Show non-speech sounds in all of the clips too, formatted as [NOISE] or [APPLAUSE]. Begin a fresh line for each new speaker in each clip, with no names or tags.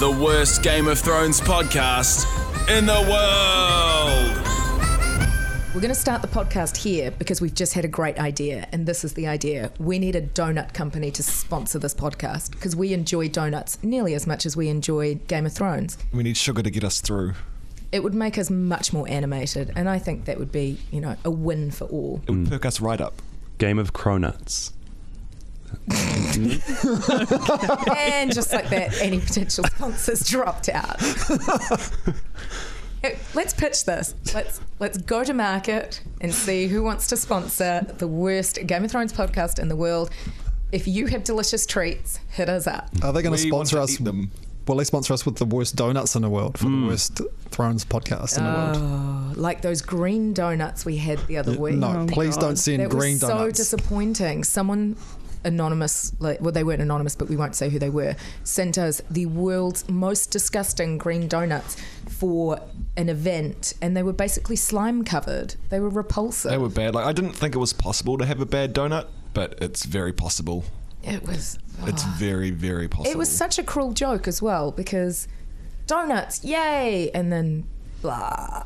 the worst Game of Thrones podcast in the world.
We're going to start the podcast here because we've just had a great idea, and this is the idea. We need a donut company to sponsor this podcast because we enjoy donuts nearly as much as we enjoy Game of Thrones.
We need sugar to get us through.
It would make us much more animated, and I think that would be, you know, a win for all.
It would perk us right up.
Game of Cronuts.
and just like that, any potential sponsors dropped out. Hey, Let's pitch this. Let's let's go to market and see who wants to sponsor the worst Game of Thrones podcast in the world. If you have delicious treats, hit us up.
Are they going to
We want
sponsor
to
us?
eat them. Mm.
Will they sponsor us with the worst donuts in the world for the worst Thrones podcast in the world?
Like those green donuts we had the other week.
No, please don't send
that
green
was so
donuts.
disappointing. Someone anonymous, like, well, they weren't anonymous, but we won't say who they were, sent us the world's most disgusting green donuts for an event, and they were basically slime covered. They were repulsive.
They were bad. Like I didn't think it was possible to have a bad donut, but it's very possible.
it was.
It's
Ah.
very, very possible.
It was such a cruel joke as well because donuts, yay, and then blah.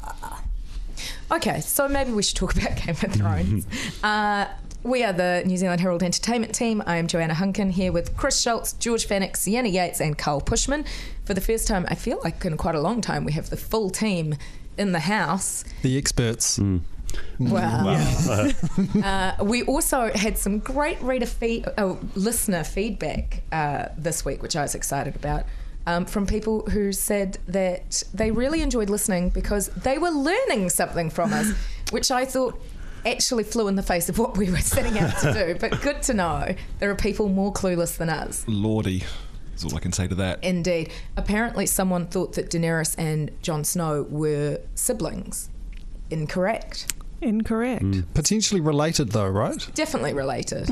Okay, so maybe we should talk [LAUGHS] about Game of
[LAUGHS]
Thrones. uh, we are the New Zealand Herald Entertainment team. I am Joanna Hunkin here with Chris Schultz, George Fennick, Sienna Yates, and Carl Pushman. For the first time, I feel like in quite a long time, we have the full team in the house.
the experts.
Wow. uh, we also had some great reader feed, oh, listener feedback uh, this week, which I was excited about, um, from people who said that they really enjoyed listening because they were learning something from us, which I thought actually flew in the face of what we were setting out to do. But good to know there are people more clueless than us.
Lordy, is all I can say to that.
Indeed. Apparently, someone thought that Daenerys and Jon Snow were siblings. Incorrect.
Incorrect.
Mm.
Potentially related though, right?
Definitely related.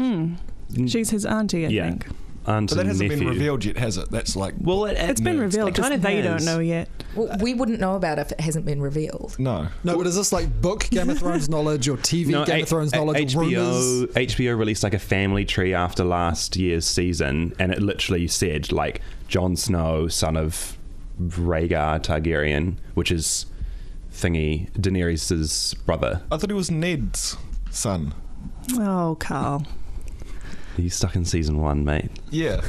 She's his auntie, I
Yeah.
think.
Auntie
But that hasn't been
nephew.
revealed yet, has it? That's like
Well, it,
It's been
No, it's
revealed
it kind
because
of
they don't
has.
know yet.
Well, we wouldn't know about it if it hasn't been revealed.
no.
No, but is this like book Game of
[LAUGHS]
Thrones knowledge or TV Game
A-
of Thrones
A-
knowledge? or
HBO,
rumors?
HBO released like a family tree after last year's season, and it literally said like Jon Snow, son of Rhaegar Targaryen, which is thingy Daenerys' brother.
I thought it was Ned's son.
Oh, Carl.
He's stuck in season one, mate.
Yeah.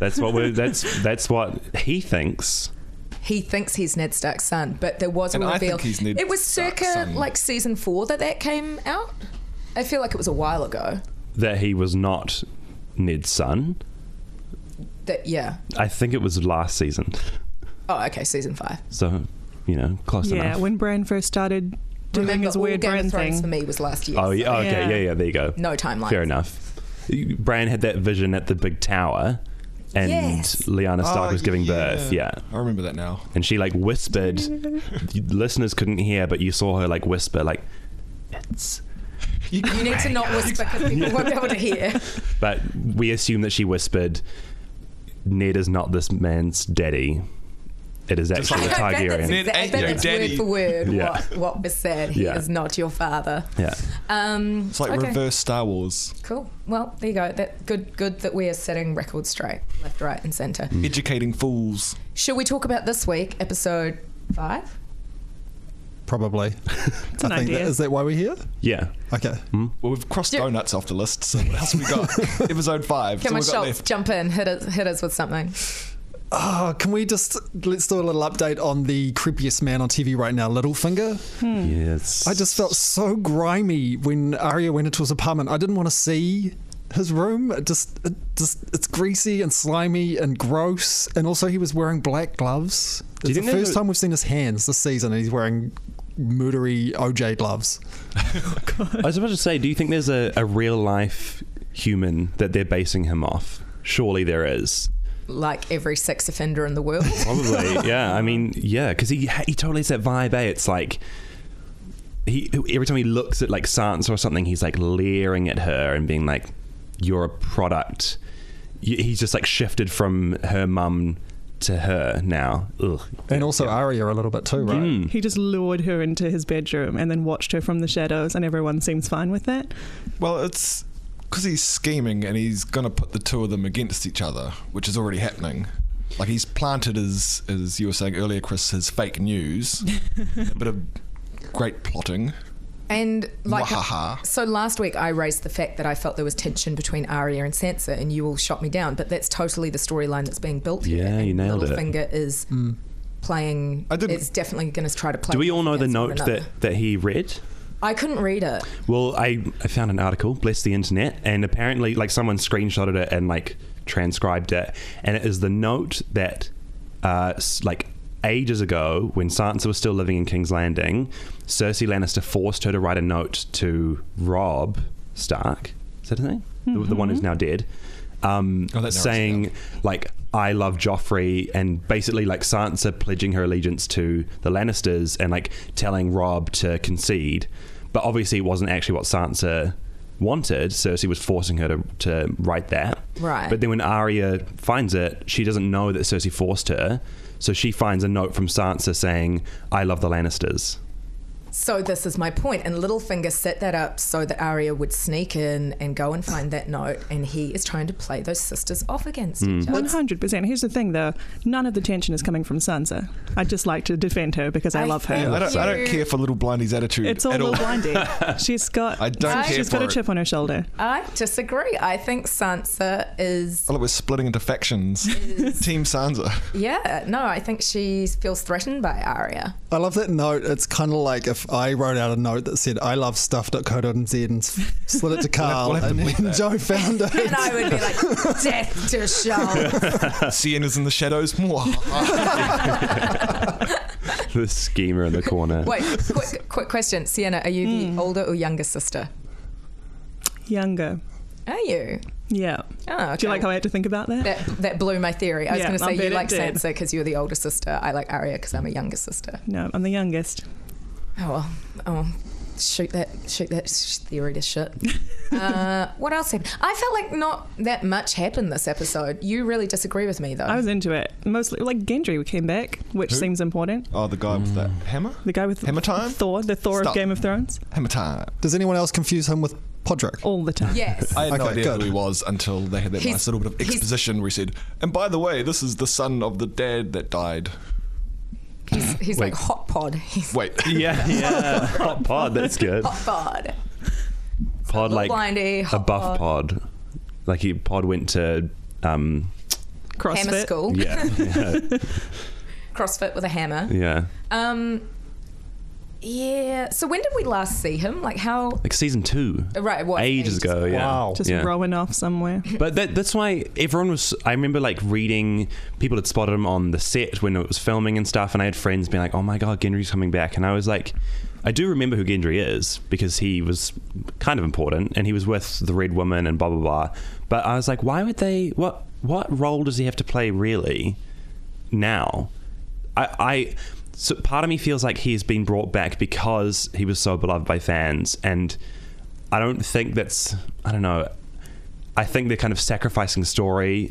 That's what we're. that's that's what he thinks.
He thinks he's Ned Stark's son, but there was
And
a
I
reveal.
think he's Ned
it was
Stark's
circa
son.
like season four that that came out. I feel like it was a while ago.
that he was not Ned's son.
That yeah.
I think it was last season.
Oh, okay, season five.
So, you know, close
yeah,
enough.
when Bran first started doing
Remember,
his
all
weird
Game
Bran
of Thrones
thing.
for me was last year.
oh, yeah, okay, yeah.
Yeah.
yeah, there you go.
No timeline.
Fair enough. Bran had that vision at the big tower, and
Yes.
Lyanna Stark
Oh,
was giving birth. Yeah.
I remember that now.
And she like whispered, [LAUGHS] listeners couldn't hear, but you saw her like whisper, like, it's.
You need to not whisper because people
[LAUGHS]
won't be able to hear.
But we assume that she whispered, Ned is not this man's daddy. It is
Just
actually a
[LAUGHS]
like-
I bet that's,
Targaryen.
Ned
exact- I
ain't
bet
your
that's
daddy.
word for word
Yeah.
what, what was said. He
Yeah.
is not your father.
Yeah.
Um,
It's like
okay.
reverse Star Wars.
Cool. Well, there you go. That good. Good that we are setting records straight, left, right, and centre.
Mm. Educating fools.
Shall we talk about this week, episode five?
Probably.
It's an
I think that,
idea.
is that why we're here?
Yeah.
Okay.
Hmm.
Well, we've crossed
Yeah.
donuts off the list, so what else we got?
[LAUGHS]
Episode five.
Come
so
on,
we got
Schultz,
left.
jump in. Hit us, hit us with something.
Oh, can we just let's do a little update on the creepiest man on TV right now, Littlefinger?
Hmm.
Yes.
I just felt so grimy when Arya went into his apartment. I didn't want to see his room. It just, it just, it's greasy and slimy and gross. And also, he was wearing black gloves.
Do you
It's the
think they
first
were-
time we've seen his hands this season, and he's wearing murdery OJ gloves.
I was about to say, do you think there's a, a real life human that they're basing him off? Surely there is.
Like every sex offender in the
[LAUGHS]
world.
Probably, [LAUGHS] yeah. I mean, yeah, because he he totally has that vibe. Eh? It's like he every time he looks at like Sansa or something, he's like leering at her and being like, "You're a product." Y- He's just like shifted from her mum to her now. Ugh.
And also Arya a little bit
Hmm.
too, right?
He just lured her into his bedroom and then watched her from the shadows, and everyone seems fine with that.
Well, it's because he's scheming and he's going to put the two of them against each other, which is already happening. Like he's planted his, as you were saying earlier, Chris, his fake
[LAUGHS]
news, a bit of great plotting.
And like,
Wahaha.
so last week I raised the fact that I felt there was tension between Arya and Sansa, and you all shot me down. But that's totally the storyline that's being built here.
Yeah,
and
you nailed it.
Littlefinger is playing.
I didn't-
Is definitely going to try to play.
Do we all know the
against one
note
another.
that, that he read?
I couldn't read it?
Well, I, I found an article, bless the internet, and apparently, like, someone screenshotted it and, like, transcribed it. And it is the note that, uh, s- like, ages ago, when Sansa was still living in King's Landing, Cersei Lannister forced her to write a note to Rob Stark. Is that his name? The, the one who's now dead.
Oh,
Um,
that narrows it
saying, like I love Joffrey and basically like Sansa pledging her allegiance to the Lannisters and like telling Rob to concede. But obviously it wasn't actually what Sansa wanted. Cersei was forcing her to, to write that.
Right.
But then when Arya finds it, she doesn't know that Cersei forced her. So she finds a note from Sansa saying, I love the Lannisters. [LAUGHS]
So this is my point, and Littlefinger set that up so that Arya would sneak in and go and find that note, and he is trying to play those sisters off against each
Hmm.
other.
One hundred percent. Here's the thing, though. None of the tension is coming from Sansa. I'd just like to defend her because
I
I, love her.
think-
I don't, I don't
you.
care for little blindie's attitude
It's all
at all.
little blindie. She's got.
I don't
I-
care
She's
for
got a
it.
chip on her shoulder.
I disagree. I think Sansa is.
Well, we're splitting into factions. Team
[LAUGHS]
Sansa.
Yeah, no, I think she feels threatened by Arya.
I love that note. It's kind of like if I wrote out a note that said "I love stuff.co.nz" and s- slid it to Carl,
[LAUGHS] we'll have to
and
bleep
then
that.
Joe found it. [LAUGHS]
And I would be [LAUGHS] like, death to Charlotte.
Sienna's in the shadows.
[LAUGHS]
the schemer in the corner.
Wait, quick, quick question. Sienna, are you the older or younger sister?
Younger.
Are you?
Yeah.
Oh, okay.
Do you like how I had to think about that?
that, that blew my theory. I was
Yeah,
going to
I'll
say you
bet it
like
did.
Sansa because you're the older sister. I like Arya because I'm a younger sister.
No, I'm the youngest.
Oh well. Oh, well. shoot that shoot that sh- theory to [LAUGHS] shit. uh, what else happened? I felt like not that much happened this episode. You really disagree with me though.
I was into it. Mostly, like Gendry came back, which
Who?
seems important.
Oh, the guy with that hammer?
The guy with
Hammer time?
Thor, the Thor
Stop.
of Game of Thrones,
Hammer time.
Does anyone else confuse him with Podrick?
all the time.
yes.
I had no
Okay,
idea
good.
who he was until they had that
He's-
nice little bit of
he's-
exposition where he said, and by the way, this is the son of the dad that died.
he's he's
Wait.
like hot pod. [LAUGHS] He's
Wait. [LAUGHS]
Yeah, yeah. Hot [LAUGHS] pod, that's good.
hot pod.
pod
Little
like
blindy,
a
hot
buff pod. Like he pod went to [LAUGHS] um
Hammer
CrossFit.
school.
yeah yeah,
CrossFit with a hammer.
yeah.
Um. Yeah. So when did we last see him? Like how?
like season two
Right. What?
ages ago yeah
Wow.
Just
Yeah.
rowing off somewhere.
[LAUGHS] but that, that's why everyone was i remember like reading people had spotted him on the set when it was filming and stuff and i had friends being like oh my god gendry's coming back and i was like i do remember who gendry is because he was kind of important and he was with the red woman and blah blah blah but i was like why would they what what role does he have to play really now i i so part of me feels like he's been brought back because he was so beloved by fans and i don't think that's i don't know I think they're kind of sacrificing story.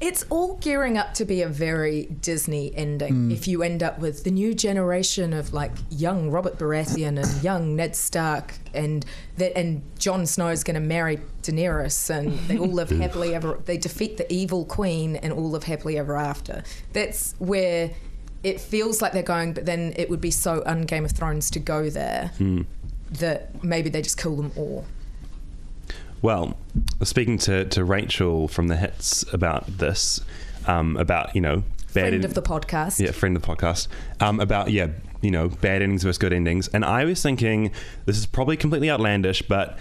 It's all gearing up to be a very Disney
Hmm.
ending. If you end up with the new generation of like young Robert Baratheon and young Ned Stark, and that and Jon Snow's going to marry Daenerys, and they all
[LAUGHS]
live happily ever. They defeat the evil queen and all live happily ever after. That's where it feels like they're going. But then it would be so un Game of Thrones to go there
Hmm.
that maybe they just kill them all.
Well, speaking to, to Rachel from the hits about this, um, about you know bad
Friend
en-
of the podcast.
yeah friend of the podcast um, about yeah you know bad endings versus good endings, and I was thinking this is probably completely outlandish, but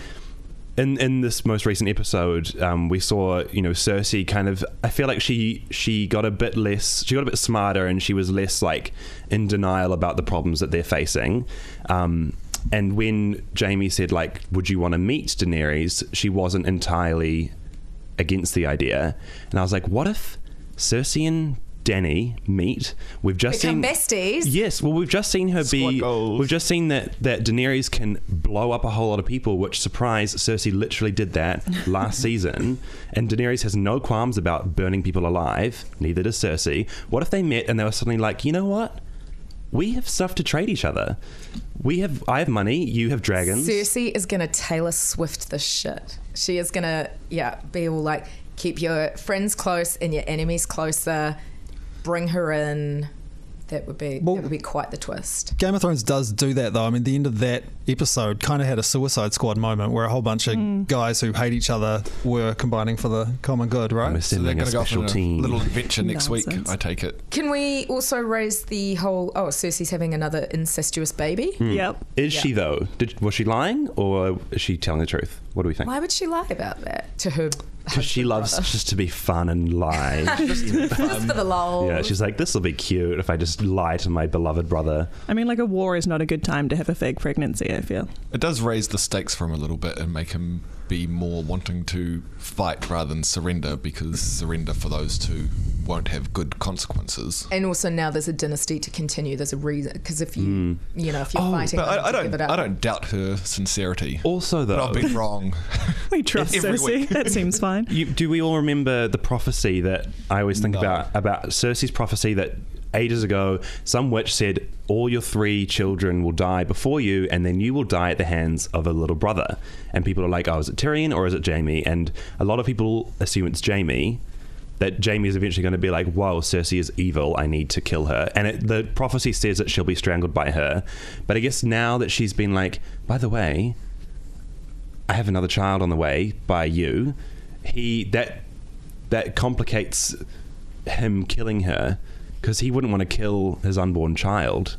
in in this most recent episode, um, we saw you know Cersei kind of. I feel like she she got a bit less. She got a bit smarter, and she was less like in denial about the problems that they're facing. Um, and when Jamie said like, "Would you want to meet Daenerys?" she wasn't entirely against the idea. And I was like, "What if Cersei and Danny meet? We've just
Become
seen
besties.
Yes, well, we've just seen her
Squad
be.
goals.
We've just seen that that Daenerys can blow up a whole lot of people. Which surprise, Cersei literally did that
[LAUGHS]
last season, and Daenerys has no qualms about burning people alive. Neither does Cersei. What if they met and they were suddenly like, you know what? We have stuff to trade each other. We have. I have money. You have dragons.
Cersei is going to Taylor Swift this shit. She is going to, yeah, be all like, keep your friends close and your enemies closer. bring her in. That would be
Well-
that would be quite the twist.
Game of Thrones does do that though. I mean, the end of that episode kind of had a Suicide Squad moment where a whole bunch of
Mm.
guys who hate each other were combining for the common good,
We're
right?
sending a
gonna
special
on
team.
little adventure next week.
Nonsense.
I take it.
Can we also raise the whole? Oh, Cersei's having another incestuous baby.
[LAUGHS]
Hmm.
Yep.
Is she though? Did, was she lying or is she telling the truth? What do we think?
Why would she lie about that to her?
Because
[LAUGHS]
she loves just to be fun and lie.
Just for the lol.
yeah, she's like, this will be cute if I just lie to my beloved brother.
I mean, like a war is not a good time to have a fake pregnancy. I feel.
It does raise the stakes for him a little bit and make him be more wanting to fight rather than surrender because surrender for those two won't have good consequences.
and also now there's a dynasty to continue. There's a reason because if you
Hmm.
you know if you're fighting,
Oh, but
them
I, I
to give
don't.
it up.
I don't doubt her sincerity.
Also,
But
though,
I've been wrong. [LAUGHS]
We trust
Every
Cersei.
[LAUGHS]
week.
that seems fine.
you, do we all remember the prophecy that I always think
No.
about about Cersei's prophecy that ages ago some witch said all your three children will die before you and then you will die at the hands of a little brother and people are like oh is it Tyrion or is it Jamie and a lot of people assume it's Jamie that Jamie is eventually going to be like whoa Cersei is evil I need to kill her and it, the prophecy says that she'll be strangled by her but I guess now that she's been like by the way I have another child on the way by you. He that that complicates him killing her because he wouldn't want to kill his unborn child.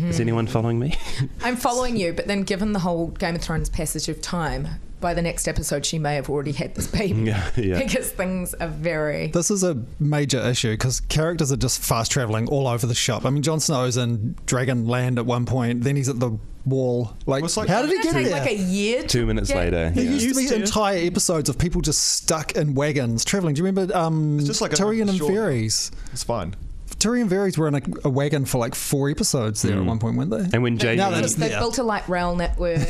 Is anyone following me?
I'm following you, but then given the whole Game of Thrones passage of time, by the next episode she may have already had this baby.
[LAUGHS]
Yeah, yeah.
Because things are very.
This is a major issue because characters are just fast traveling all over the shop. I mean, Jon Snow's in Dragonland at one point, then he's at the wall. Like,
It's like-
how did he
It's
get
gonna
there?
take like a year. To,
Two minutes
Yeah.
later,
There
yeah.
used to be
Used to.
entire episodes of people just stuck in wagons traveling. Do you remember um,
just like a
Tyrion and
short-
Ferries?
It's fine.
Tyrion and Ferries were in a, a wagon for like four episodes there at one point, weren't they?
Hmm. and when Jamie,
now
just
that's-
they
Yeah.
built a light rail
[LAUGHS]
network.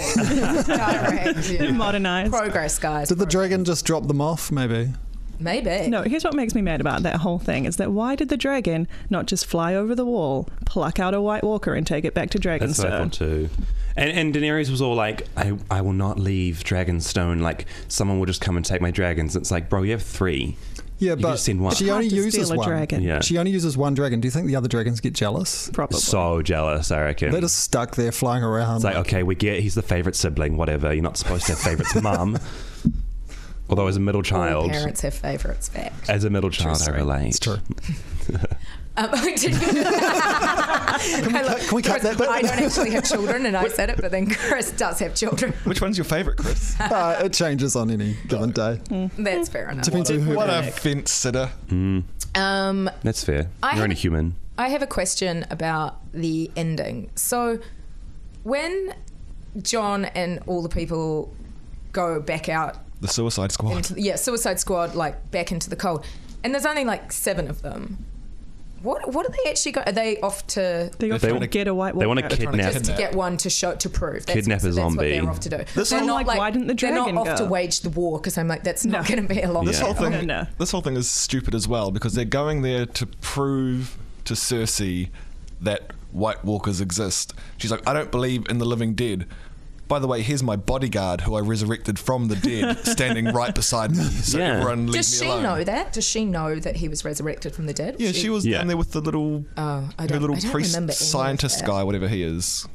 direct, yeah.
Modernized.
Progress, guys.
Did the dragon just drop them off? Maybe.
Maybe.
No, here's what makes me mad about that whole thing is that why did the dragon not just fly over the wall, pluck out a White Walker, and take it back to
that's what I thought
Dragonstone?
too. And, and Daenerys was all like, I, "I will not leave Dragonstone. Like someone will just come and take my dragons." It's like, bro, you have three.
Yeah,
You
but
just send one.
she only
Hard to
uses
steal a
one.
dragon.
Yeah.
She only uses one dragon. Do you think the other dragons get jealous?
Probably.
So jealous, I reckon.
They're just stuck there flying around.
It's like, okay, we get he's the favorite sibling, whatever. You're not supposed to have favorites,
[LAUGHS]
mum. Although as a middle
All
child,
parents have favourites back.
as a middle child, I
sorry.
relate.
It's true.
Um, [LAUGHS] did you- I love-
can we cut
Chris,
that bit?
I don't actually have children, and I said it, but then Chris does have children.
Which one's your favourite, Chris?
[LAUGHS] Uh, it changes on any given day.
Hmm.
That's fair enough.
Depends on who.
what a fence sitter.
Um,
That's fair.
I
You're only
haven't-
human.
I have a question about the ending. So, when John and all the people go back out
The Suicide Squad.
into yeah Suicide Squad, like back into the cold, and there's only like seven of them. What what are they actually going? Are they off to
They,
They
they
wanna-
get a White Walker.
They want to
trying to
kidnap.
just to get one to show to prove that's,
Kidnap a
so that's what
zombie.
they're off to do.
This
they're
whole-
not
Like,
like
why didn't the
They're
dragon
not off to
go?
wage the war because I'm like that's not
No.
going to be a long.
This
Yeah.
whole
No,
thing.
no.
This whole thing is stupid as well because they're going there to prove to Cersei that White Walkers exist. She's like, I don't believe in the living dead. By the way, here's my bodyguard who I resurrected from the
[LAUGHS]
dead, standing right beside me. So
Yeah.
everyone leave
Does
me
she
alone.
know that? Does she know that he was resurrected from the dead?
Yeah, she was
Yeah.
down there with the little,
Oh, I
her
don't-
little
I don't
priest
remember any of
scientist
that.
guy, whatever he is.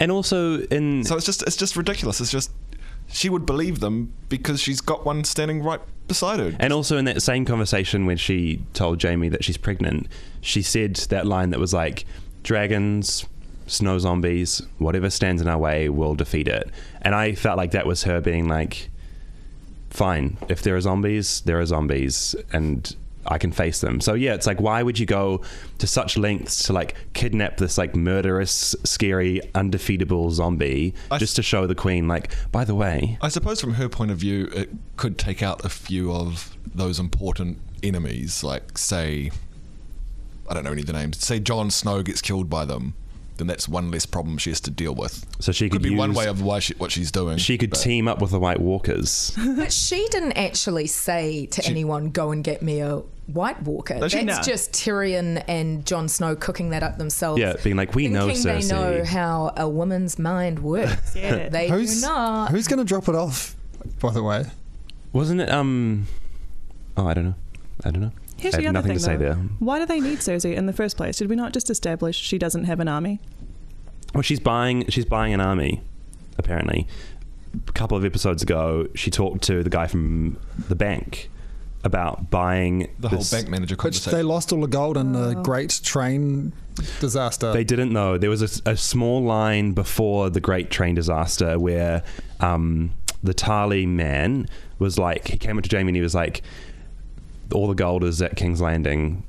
And also in
So it's just it's just ridiculous. It's just she would believe them because she's got one standing right beside her.
and also in that same conversation when she told Jamie that she's pregnant, she said that line that was like, "Dragons, snow zombies, whatever stands in our way, will defeat it." And I felt like that was her being like, "Fine, if there are zombies, there are zombies, and." I can face them. So yeah, it's like why would you go to such lengths to like kidnap this like murderous, scary, undefeatable zombie
I-
just to show the queen like by the way,
I suppose from her point of view, it could take out a few of those important enemies, like say, I don't know any of the names. Say Jon Snow gets killed by them, then that's one less problem she has to deal with.
So she
could
could
be one
use-
way of why she, what she's doing.
She could
but-
team up with the White Walkers.
But she didn't actually say to anyone, "Go and get me a White Walker."
No,
That's
she-
No.
just Tyrion and Jon Snow cooking that up themselves.
Yeah, being like, we know
Thinking they
Cersei.
know how a woman's mind works.
Yeah.
They
Who's
do not.
who's going to drop it off? By the way,
Wasn't it um? Oh, I don't know. I don't know.
Here's
I
the
have
other thing,
nothing to say
though.
there.
Why do they need Cersei in the first place? Did we not just establish she doesn't have an army?
Well, she's buying. She's buying an army, apparently. A couple of episodes ago, she talked to the guy from the bank about buying
The whole
this-
bank manager
Which they
conversation.
lost all the gold in the
Oh.
Great Train disaster.
They didn't know. There was a s- a, small line before the Great Train Disaster where um, the Tali man was like, he came up to Jamie and he was like, all the gold is at King's Landing.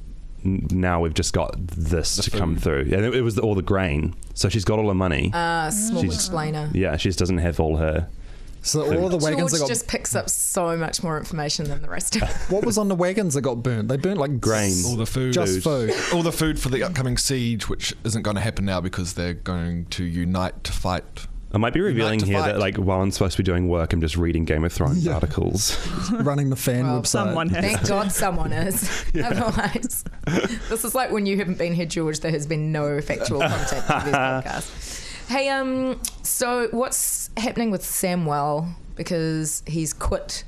N- Now we've just got this to come
food.
through. And it, it was the, all the grain. So she's got all her money.
Uh, small
She's-
explainer.
yeah, she just doesn't have all her.
so all the wagons that
George
got
just picks up so much more information than the rest of us.
what was on the wagons that got burnt? They burnt like
Grain.
s-
all the food.
just food.
[LAUGHS]
[LAUGHS]
All the food for the upcoming siege, which isn't going to happen now because they're going to unite to fight.
I might be revealing
to
here
fight.
that, like, while I'm supposed to be doing work, I'm just reading Game of Thrones
Yeah.
articles.
running the fan
Well,
website.
Someone has.
Thank God someone
[LAUGHS]
is. Otherwise, this is like when you haven't been here, George. There has been no factual content for
[LAUGHS]
this podcast. Hey, um, so what's happening with Samwell? Because he's quit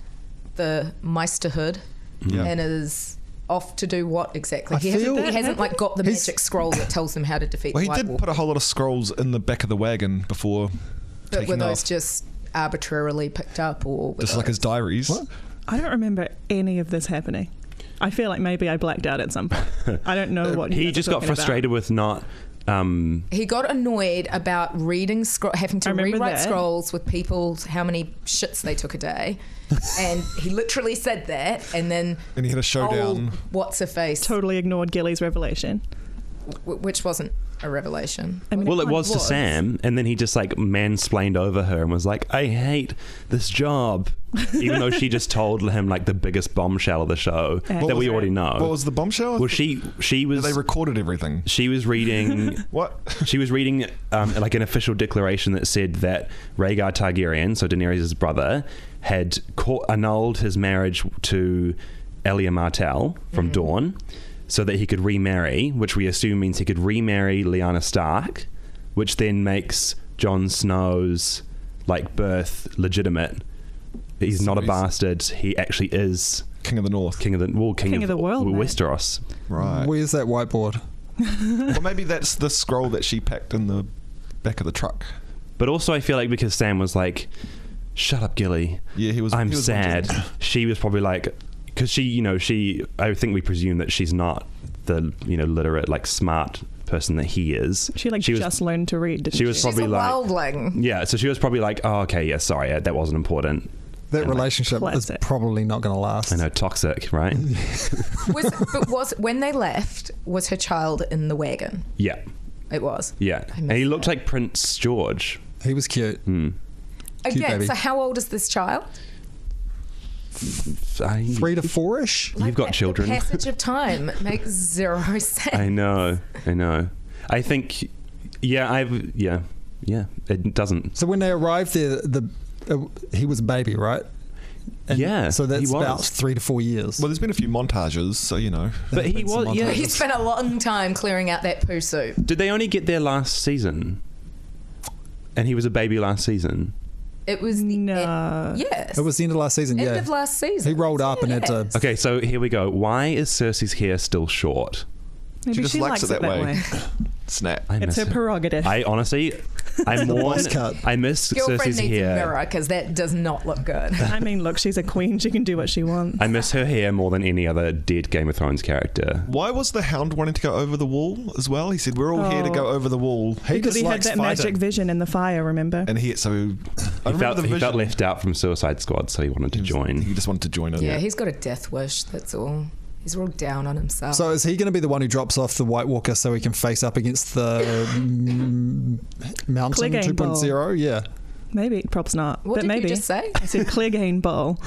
the Meisterhood
Yeah.
and is off to do what exactly?
I
he, hasn't,
feel-
he hasn't like got the
He's-
magic scroll that tells him how to defeat.
Well, he
the White
did
Walker.
put a whole lot of scrolls in the back of the wagon before
But were
taking
those
off.
just arbitrarily picked up, or were
Just like
those-
his diaries.
What?
I don't remember any of this happening. I feel like maybe I blacked out at some point.
[LAUGHS]
I don't know what you
he
guys are
just got
talking about.
frustrated with not. Um,
he got annoyed about reading scro- having
I
to
remember
rewrite
that.
scrolls with people how many shits they took a
[LAUGHS]
day, and he literally said that, and then
And he had a showdown.
old what's her face,
Totally ignored Gilly's revelation.
w- which wasn't a revelation.
I mean,
Well, it
kind of
was, to Sam, and then he just like mansplained over her and was like, "I hate this job," even though she just told him like the biggest bombshell of the show
Yeah. What
that
was
we
it?
already know.
What was the bombshell?
well, she she was
they recorded everything.
she
[LAUGHS]
was reading
What?
she was reading um, like an official declaration that said that Rhaegar Targaryen, so Daenerys' brother, had cau- annulled his marriage to Elia Martell
Mm-hmm.
from Dawn, so that he could remarry, which we assume means he could remarry Lyanna Stark, which then makes Jon Snow's like birth legitimate. He's not
So
a
he's-
bastard. He actually is
King of the North.
king of the well, king,
King of the world, mate.
Westeros.
Right.
Where's that whiteboard?
Well, maybe that's the scroll that she packed in the back of the truck.
But also, I feel like because Sam was like, "Shut up, Gilly."
Yeah, he was.
I'm
he was
sad.
wondering.
she was probably like, because she, you know, she. I think we presume that she's not the, you know, literate, like smart person that he is.
She like
She was-
just learned to read. Didn't
she was
She's
probably
a
like,
[LAUGHS]
wildling.
yeah. So she was probably like, oh, okay, yeah, sorry, uh, that wasn't important.
That
And, like,
relationship is
classic.
probably not going to last.
I know, toxic, right?
Was, but was when they left, was her child in the wagon?
yeah,
It was
yeah.
I
And he
missed
looked
that.
like Prince George.
He was cute.
Hmm.
Cute
again.
baby.
So how old is this child?
I,
Three to four ish.
You've got
that, the
children.
passage of
[LAUGHS]
time makes zero sense.
I know, I know. I think, yeah, I've, yeah, yeah. It doesn't.
So when they arrived there, the uh, he was a baby, right?
Yeah,
So that's
he was.
about three to four years.
Well, there's been a few montages, so you know.
But he
been some
was, yeah.
montages.
He spent a long time clearing out that poo soup.
Did they only get there last season? And he was a baby last season.
It was the e-,
No.
yes.
it was the end of last season.
end
yeah.
of last season.
he rolled up and had
Yeah.
to.
Okay, so here we go. Why is Cersei's hair still short?
[LAUGHS]
Maybe
She just likes it that way. [LAUGHS] Snap.
I
It's
miss
her
it.
prerogative.
I honestly,
[LAUGHS]
I mourn.
boss cut.
I miss
Girlfriend
Cersei's
needs a mirror
hair.
because that does not look good.
I mean, look, she's a queen. She can do what she wants.
I miss her hair more than any other dead Game of Thrones character.
Why was the hound wanting to go over the wall as well? He said, "We're all here to
Oh.
go over the wall."
He
because he had
dislikes
that
fighting.
magic vision in the fire, remember?
And he so I
He
remember
felt,
the
he
vision.
felt left out from Suicide Squad, so he wanted to
He
join.
just wanted to join it.
yeah, he's got a death wish. That's all. He's all down on himself.
So is he going to be the one who drops off the White Walker so he can face up
[LAUGHS]
against the mm, Mountain
Clegane Bowl.
2.0? Yeah.
Maybe, props not.
what
but
did
maybe.
you just say?
I said Clegane Bowl.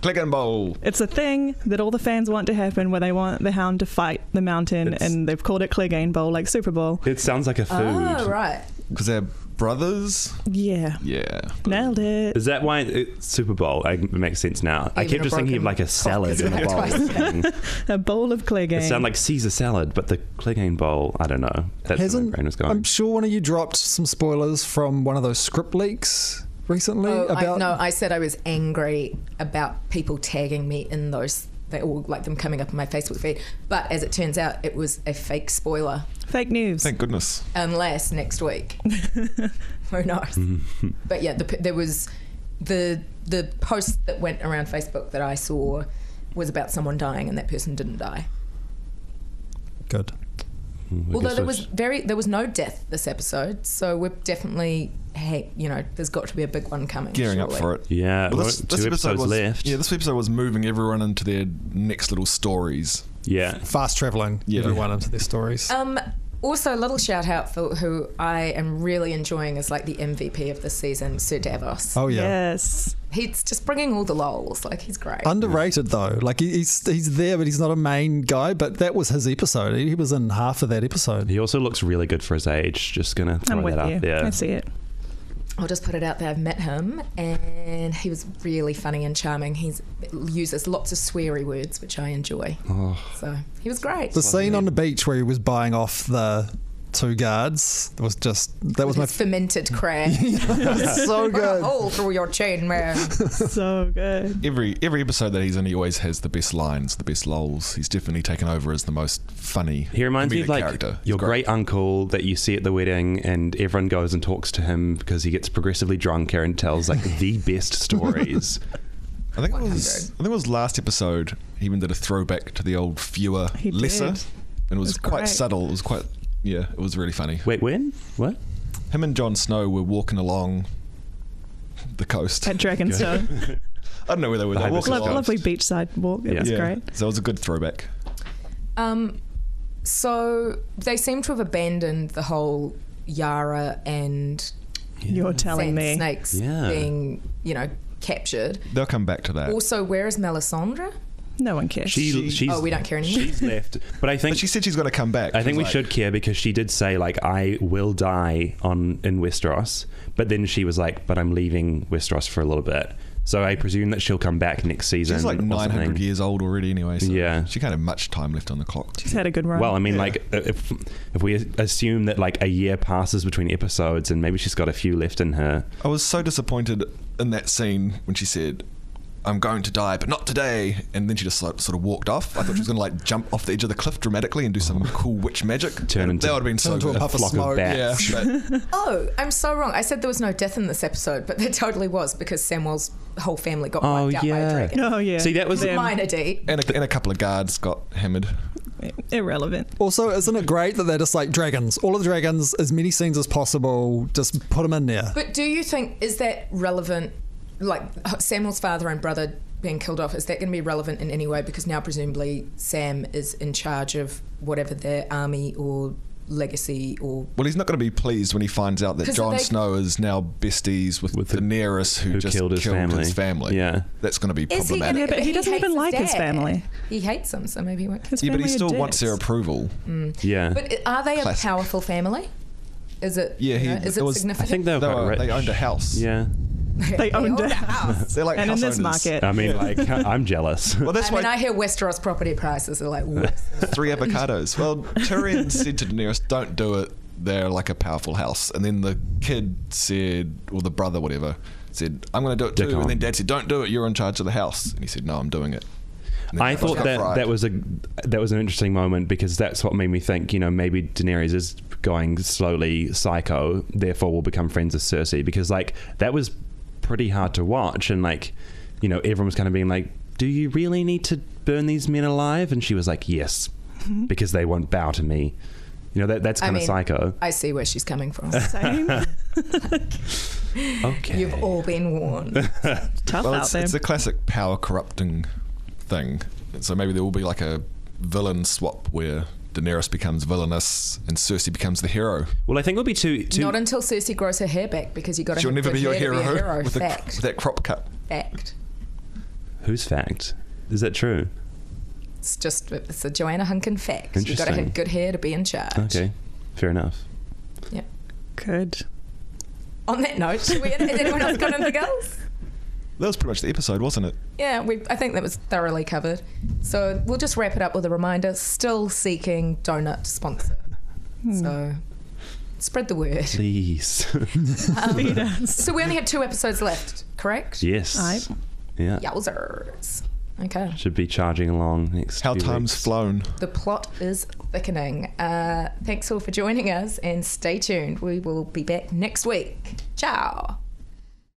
Click and bowl.
It's a thing that all the fans want to happen where they want the hound to fight the mountain,
It's-
and they've called it Clegane Bowl, like Super Bowl.
It sounds like a food.
Oh right.
Because they're brothers.
Yeah,
Yeah.
nailed it.
Is that why it's Super Bowl? I, it makes sense now. I
Even
kept
a
just thinking of
broken
like a
cock
salad
is
in a
right [LAUGHS]
bowl.
twice.
thing.
A bowl of Clegane.
It sounded like Caesar salad, but the Clegane Bowl, I don't know. That's where my
Hasn't,
brain was going.
I'm sure one of you dropped some spoilers from one of those script leaks recently
Oh, I,
about
no, I said I was angry about people tagging me in those they all like them coming up on my Facebook feed. But as it turns out, it was a fake spoiler.
Fake news.
Thank goodness.
Unless next week, who knows? but yeah, the, p- there was the the post that went around Facebook that I saw was about someone dying, and that person didn't die.
Good.
I
Although there
guess that's-
was very there was no death this episode, so we're definitely hey, you know, there's got to be a big one coming.
Gearing up
surely.
for it.
yeah,
Well,
well, two episodes
was,
left.
Yeah, this episode was moving everyone into their next little stories.
yeah.
Fast traveling
Yeah.
everyone into their stories.
Um, also, a little shout out for who I am really enjoying is like the MVP of this season, Sir Davos.
oh yeah.
Yes.
He's just bringing all the lols. Like he's great.
Underrated though, like he- he's he's there, but he's not a main guy. But that was his episode. He he was in half of that episode.
He also looks really good for his age. Just gonna throw
I'm with
that out
you.
there.
I see it.
I'll just put it out there. I've met him, and he was really funny and charming. He uses lots of sweary words, which I enjoy.
Oh.
So he was great.
The scene on the beach where he was buying off the two guards was just that was my
His fermented
[LAUGHS]
crab.
so
Put a
good.
hole through your chain, man.
so good.
Every every episode that he's in, he always has the best lines, the best lols. He's definitely taken over as the most funny.
He reminds me
comedic
of like
character. He's
your great uncle that you see at the wedding, and everyone goes and talks to him because he gets progressively drunker and tells like the best stories.
I think it was.
100.
I think it was last episode. He even did a throwback to the old fewer
He did.
lesser, and it was,
was
quite
great.
subtle. It was quite. Yeah, it was really funny.
Wait, when? What?
Him and Jon Snow were walking along the coast. I [LAUGHS]
At Dragonstone.
don't know where they were. They were walking
Behind the coast.
Lo-
along.
lovely beachside walk. It
Yeah.
was
Yeah,
great.
So it was a good throwback.
Um, so they seem to have abandoned the whole Yara and
You're telling
sand
me.
snakes
Yeah.
being, you know, captured.
They'll come back to that.
Also, where is Melisandre?
No one cares.
She, she's,
Oh, we don't care anymore.
She's left, but I think
but she said she's going to come back.
I think
She's
we
like,
should care because she did say like I will die on in Westeros, but then she was like, but I'm leaving Westeros for a little bit. So I presume that she'll come back next season.
She's like
or
900
something.
years old already, anyway. So
Yeah.
she can't have much time left on the clock.
She's had a good run.
Well, I mean, like uh, if if we assume that like a year passes between episodes and maybe she's got a few left in her.
I was so disappointed in that scene when she said, "I'm going to die, but not today," and then she just like, sort of walked off. I thought she was going to like jump off the edge of the cliff dramatically and do some cool witch magic.
Oh. Turn into-
that would have been so
into a
good.
puff of
flock of
smoke.
bats.
Yeah, but
Oh, I'm so wrong. I said there was no death in this episode, but there totally was because Samwell's whole family got
Oh,
wiped out by
yeah.
a dragon.
oh, yeah.
See, that was-
Them.
Minor D.
and a, and a couple of guards got hammered.
irrelevant.
Also, isn't it great that they're just like dragons? All of the dragons, as many scenes as possible, just put them in there.
But do you think, is that relevant, like Samuel's father and brother being killed off, is that going to be relevant in any way? Because now presumably Sam is in charge of whatever their army or legacy or
Well, he's not going to be pleased when he finds out that
'Cause
Jon
they-
Snow is now besties with,
With
the
the-
Daenerys, who,
who
just
killed his family. Yeah.
that's going to be
Is he
problematic.
gonna-
Yeah, but he doesn't
hates
even like his
dad.
family.
He hates him, so maybe he won't.
[LAUGHS] His
yeah, but he
family are
still wants
dicks.
their approval.
Yeah,
But i- are they a
Classic.
powerful family? Is it?
Yeah, he-
you know, is
it
it
was- I
I
significant?
think they were
They,
quite
were,
rich.
they owned a house.
Yeah,
They owned
own
it.
the house.
They're like
And in
house
this
owners.
market,
I mean,
[LAUGHS]
like I'm jealous.
Well, that's
I mean,
why
I hear Westeros property prices are like worse.
[LAUGHS] three avocados. Well, Tyrion said to Daenerys, "Don't do it. They're like a powerful house." And then the kid said, or the brother, whatever, said, "I'm going to do it
Dick
too."
on.
And then Dad said, "Don't do it. You're in charge of the house." And he said, "No, I'm doing it." And then
I
the house
thought
got
that
fried.
that was a that was an interesting moment because that's what made me think. You know, maybe Daenerys is going slowly psycho. Therefore, will become friends with Cersei because like that was pretty hard to watch and like you know everyone was kind of being like, "Do you really need to burn these men alive?" And she was
[LAUGHS]
like, "Yes, because they won't bow to me." You know that that's
I
kind
mean,
of psycho.
I see where she's coming from.
Same.
Okay,
You've all been warned.
Tough
Well,
out
it's,
there.
it's a classic power corrupting thing. So maybe there will be like a villain swap where Daenerys becomes villainous and Cersei becomes the hero.
well, I think it'll be too too.
Not until Cersei grows her hair back because you got to.
She'll never be your hero,
a hero.
with, the-
fact.
with that crop cut.
fact.
who's fact? Is that true?
It's just it's a Joanna Hunkin fact. You got to
Interesting.
have good hair to be in charge.
Okay, fair enough.
Yeah.
Good.
On that note, should we, has
[LAUGHS]
anyone else got anything else?
That was pretty much the episode, wasn't it?
Yeah, we, I think that was thoroughly covered. So we'll just wrap it up with a reminder still seeking donut sponsor. So spread the word.
Please, [LAUGHS]
Feed us.
So we only had two episodes left, correct?
yes,
I-
yeah.
Yowzers. Okay.
Should be charging along next.
How
few
time's
weeks.
flown.
The plot is thickening. Uh, thanks all for joining us and stay tuned. We will be back next week. Ciao.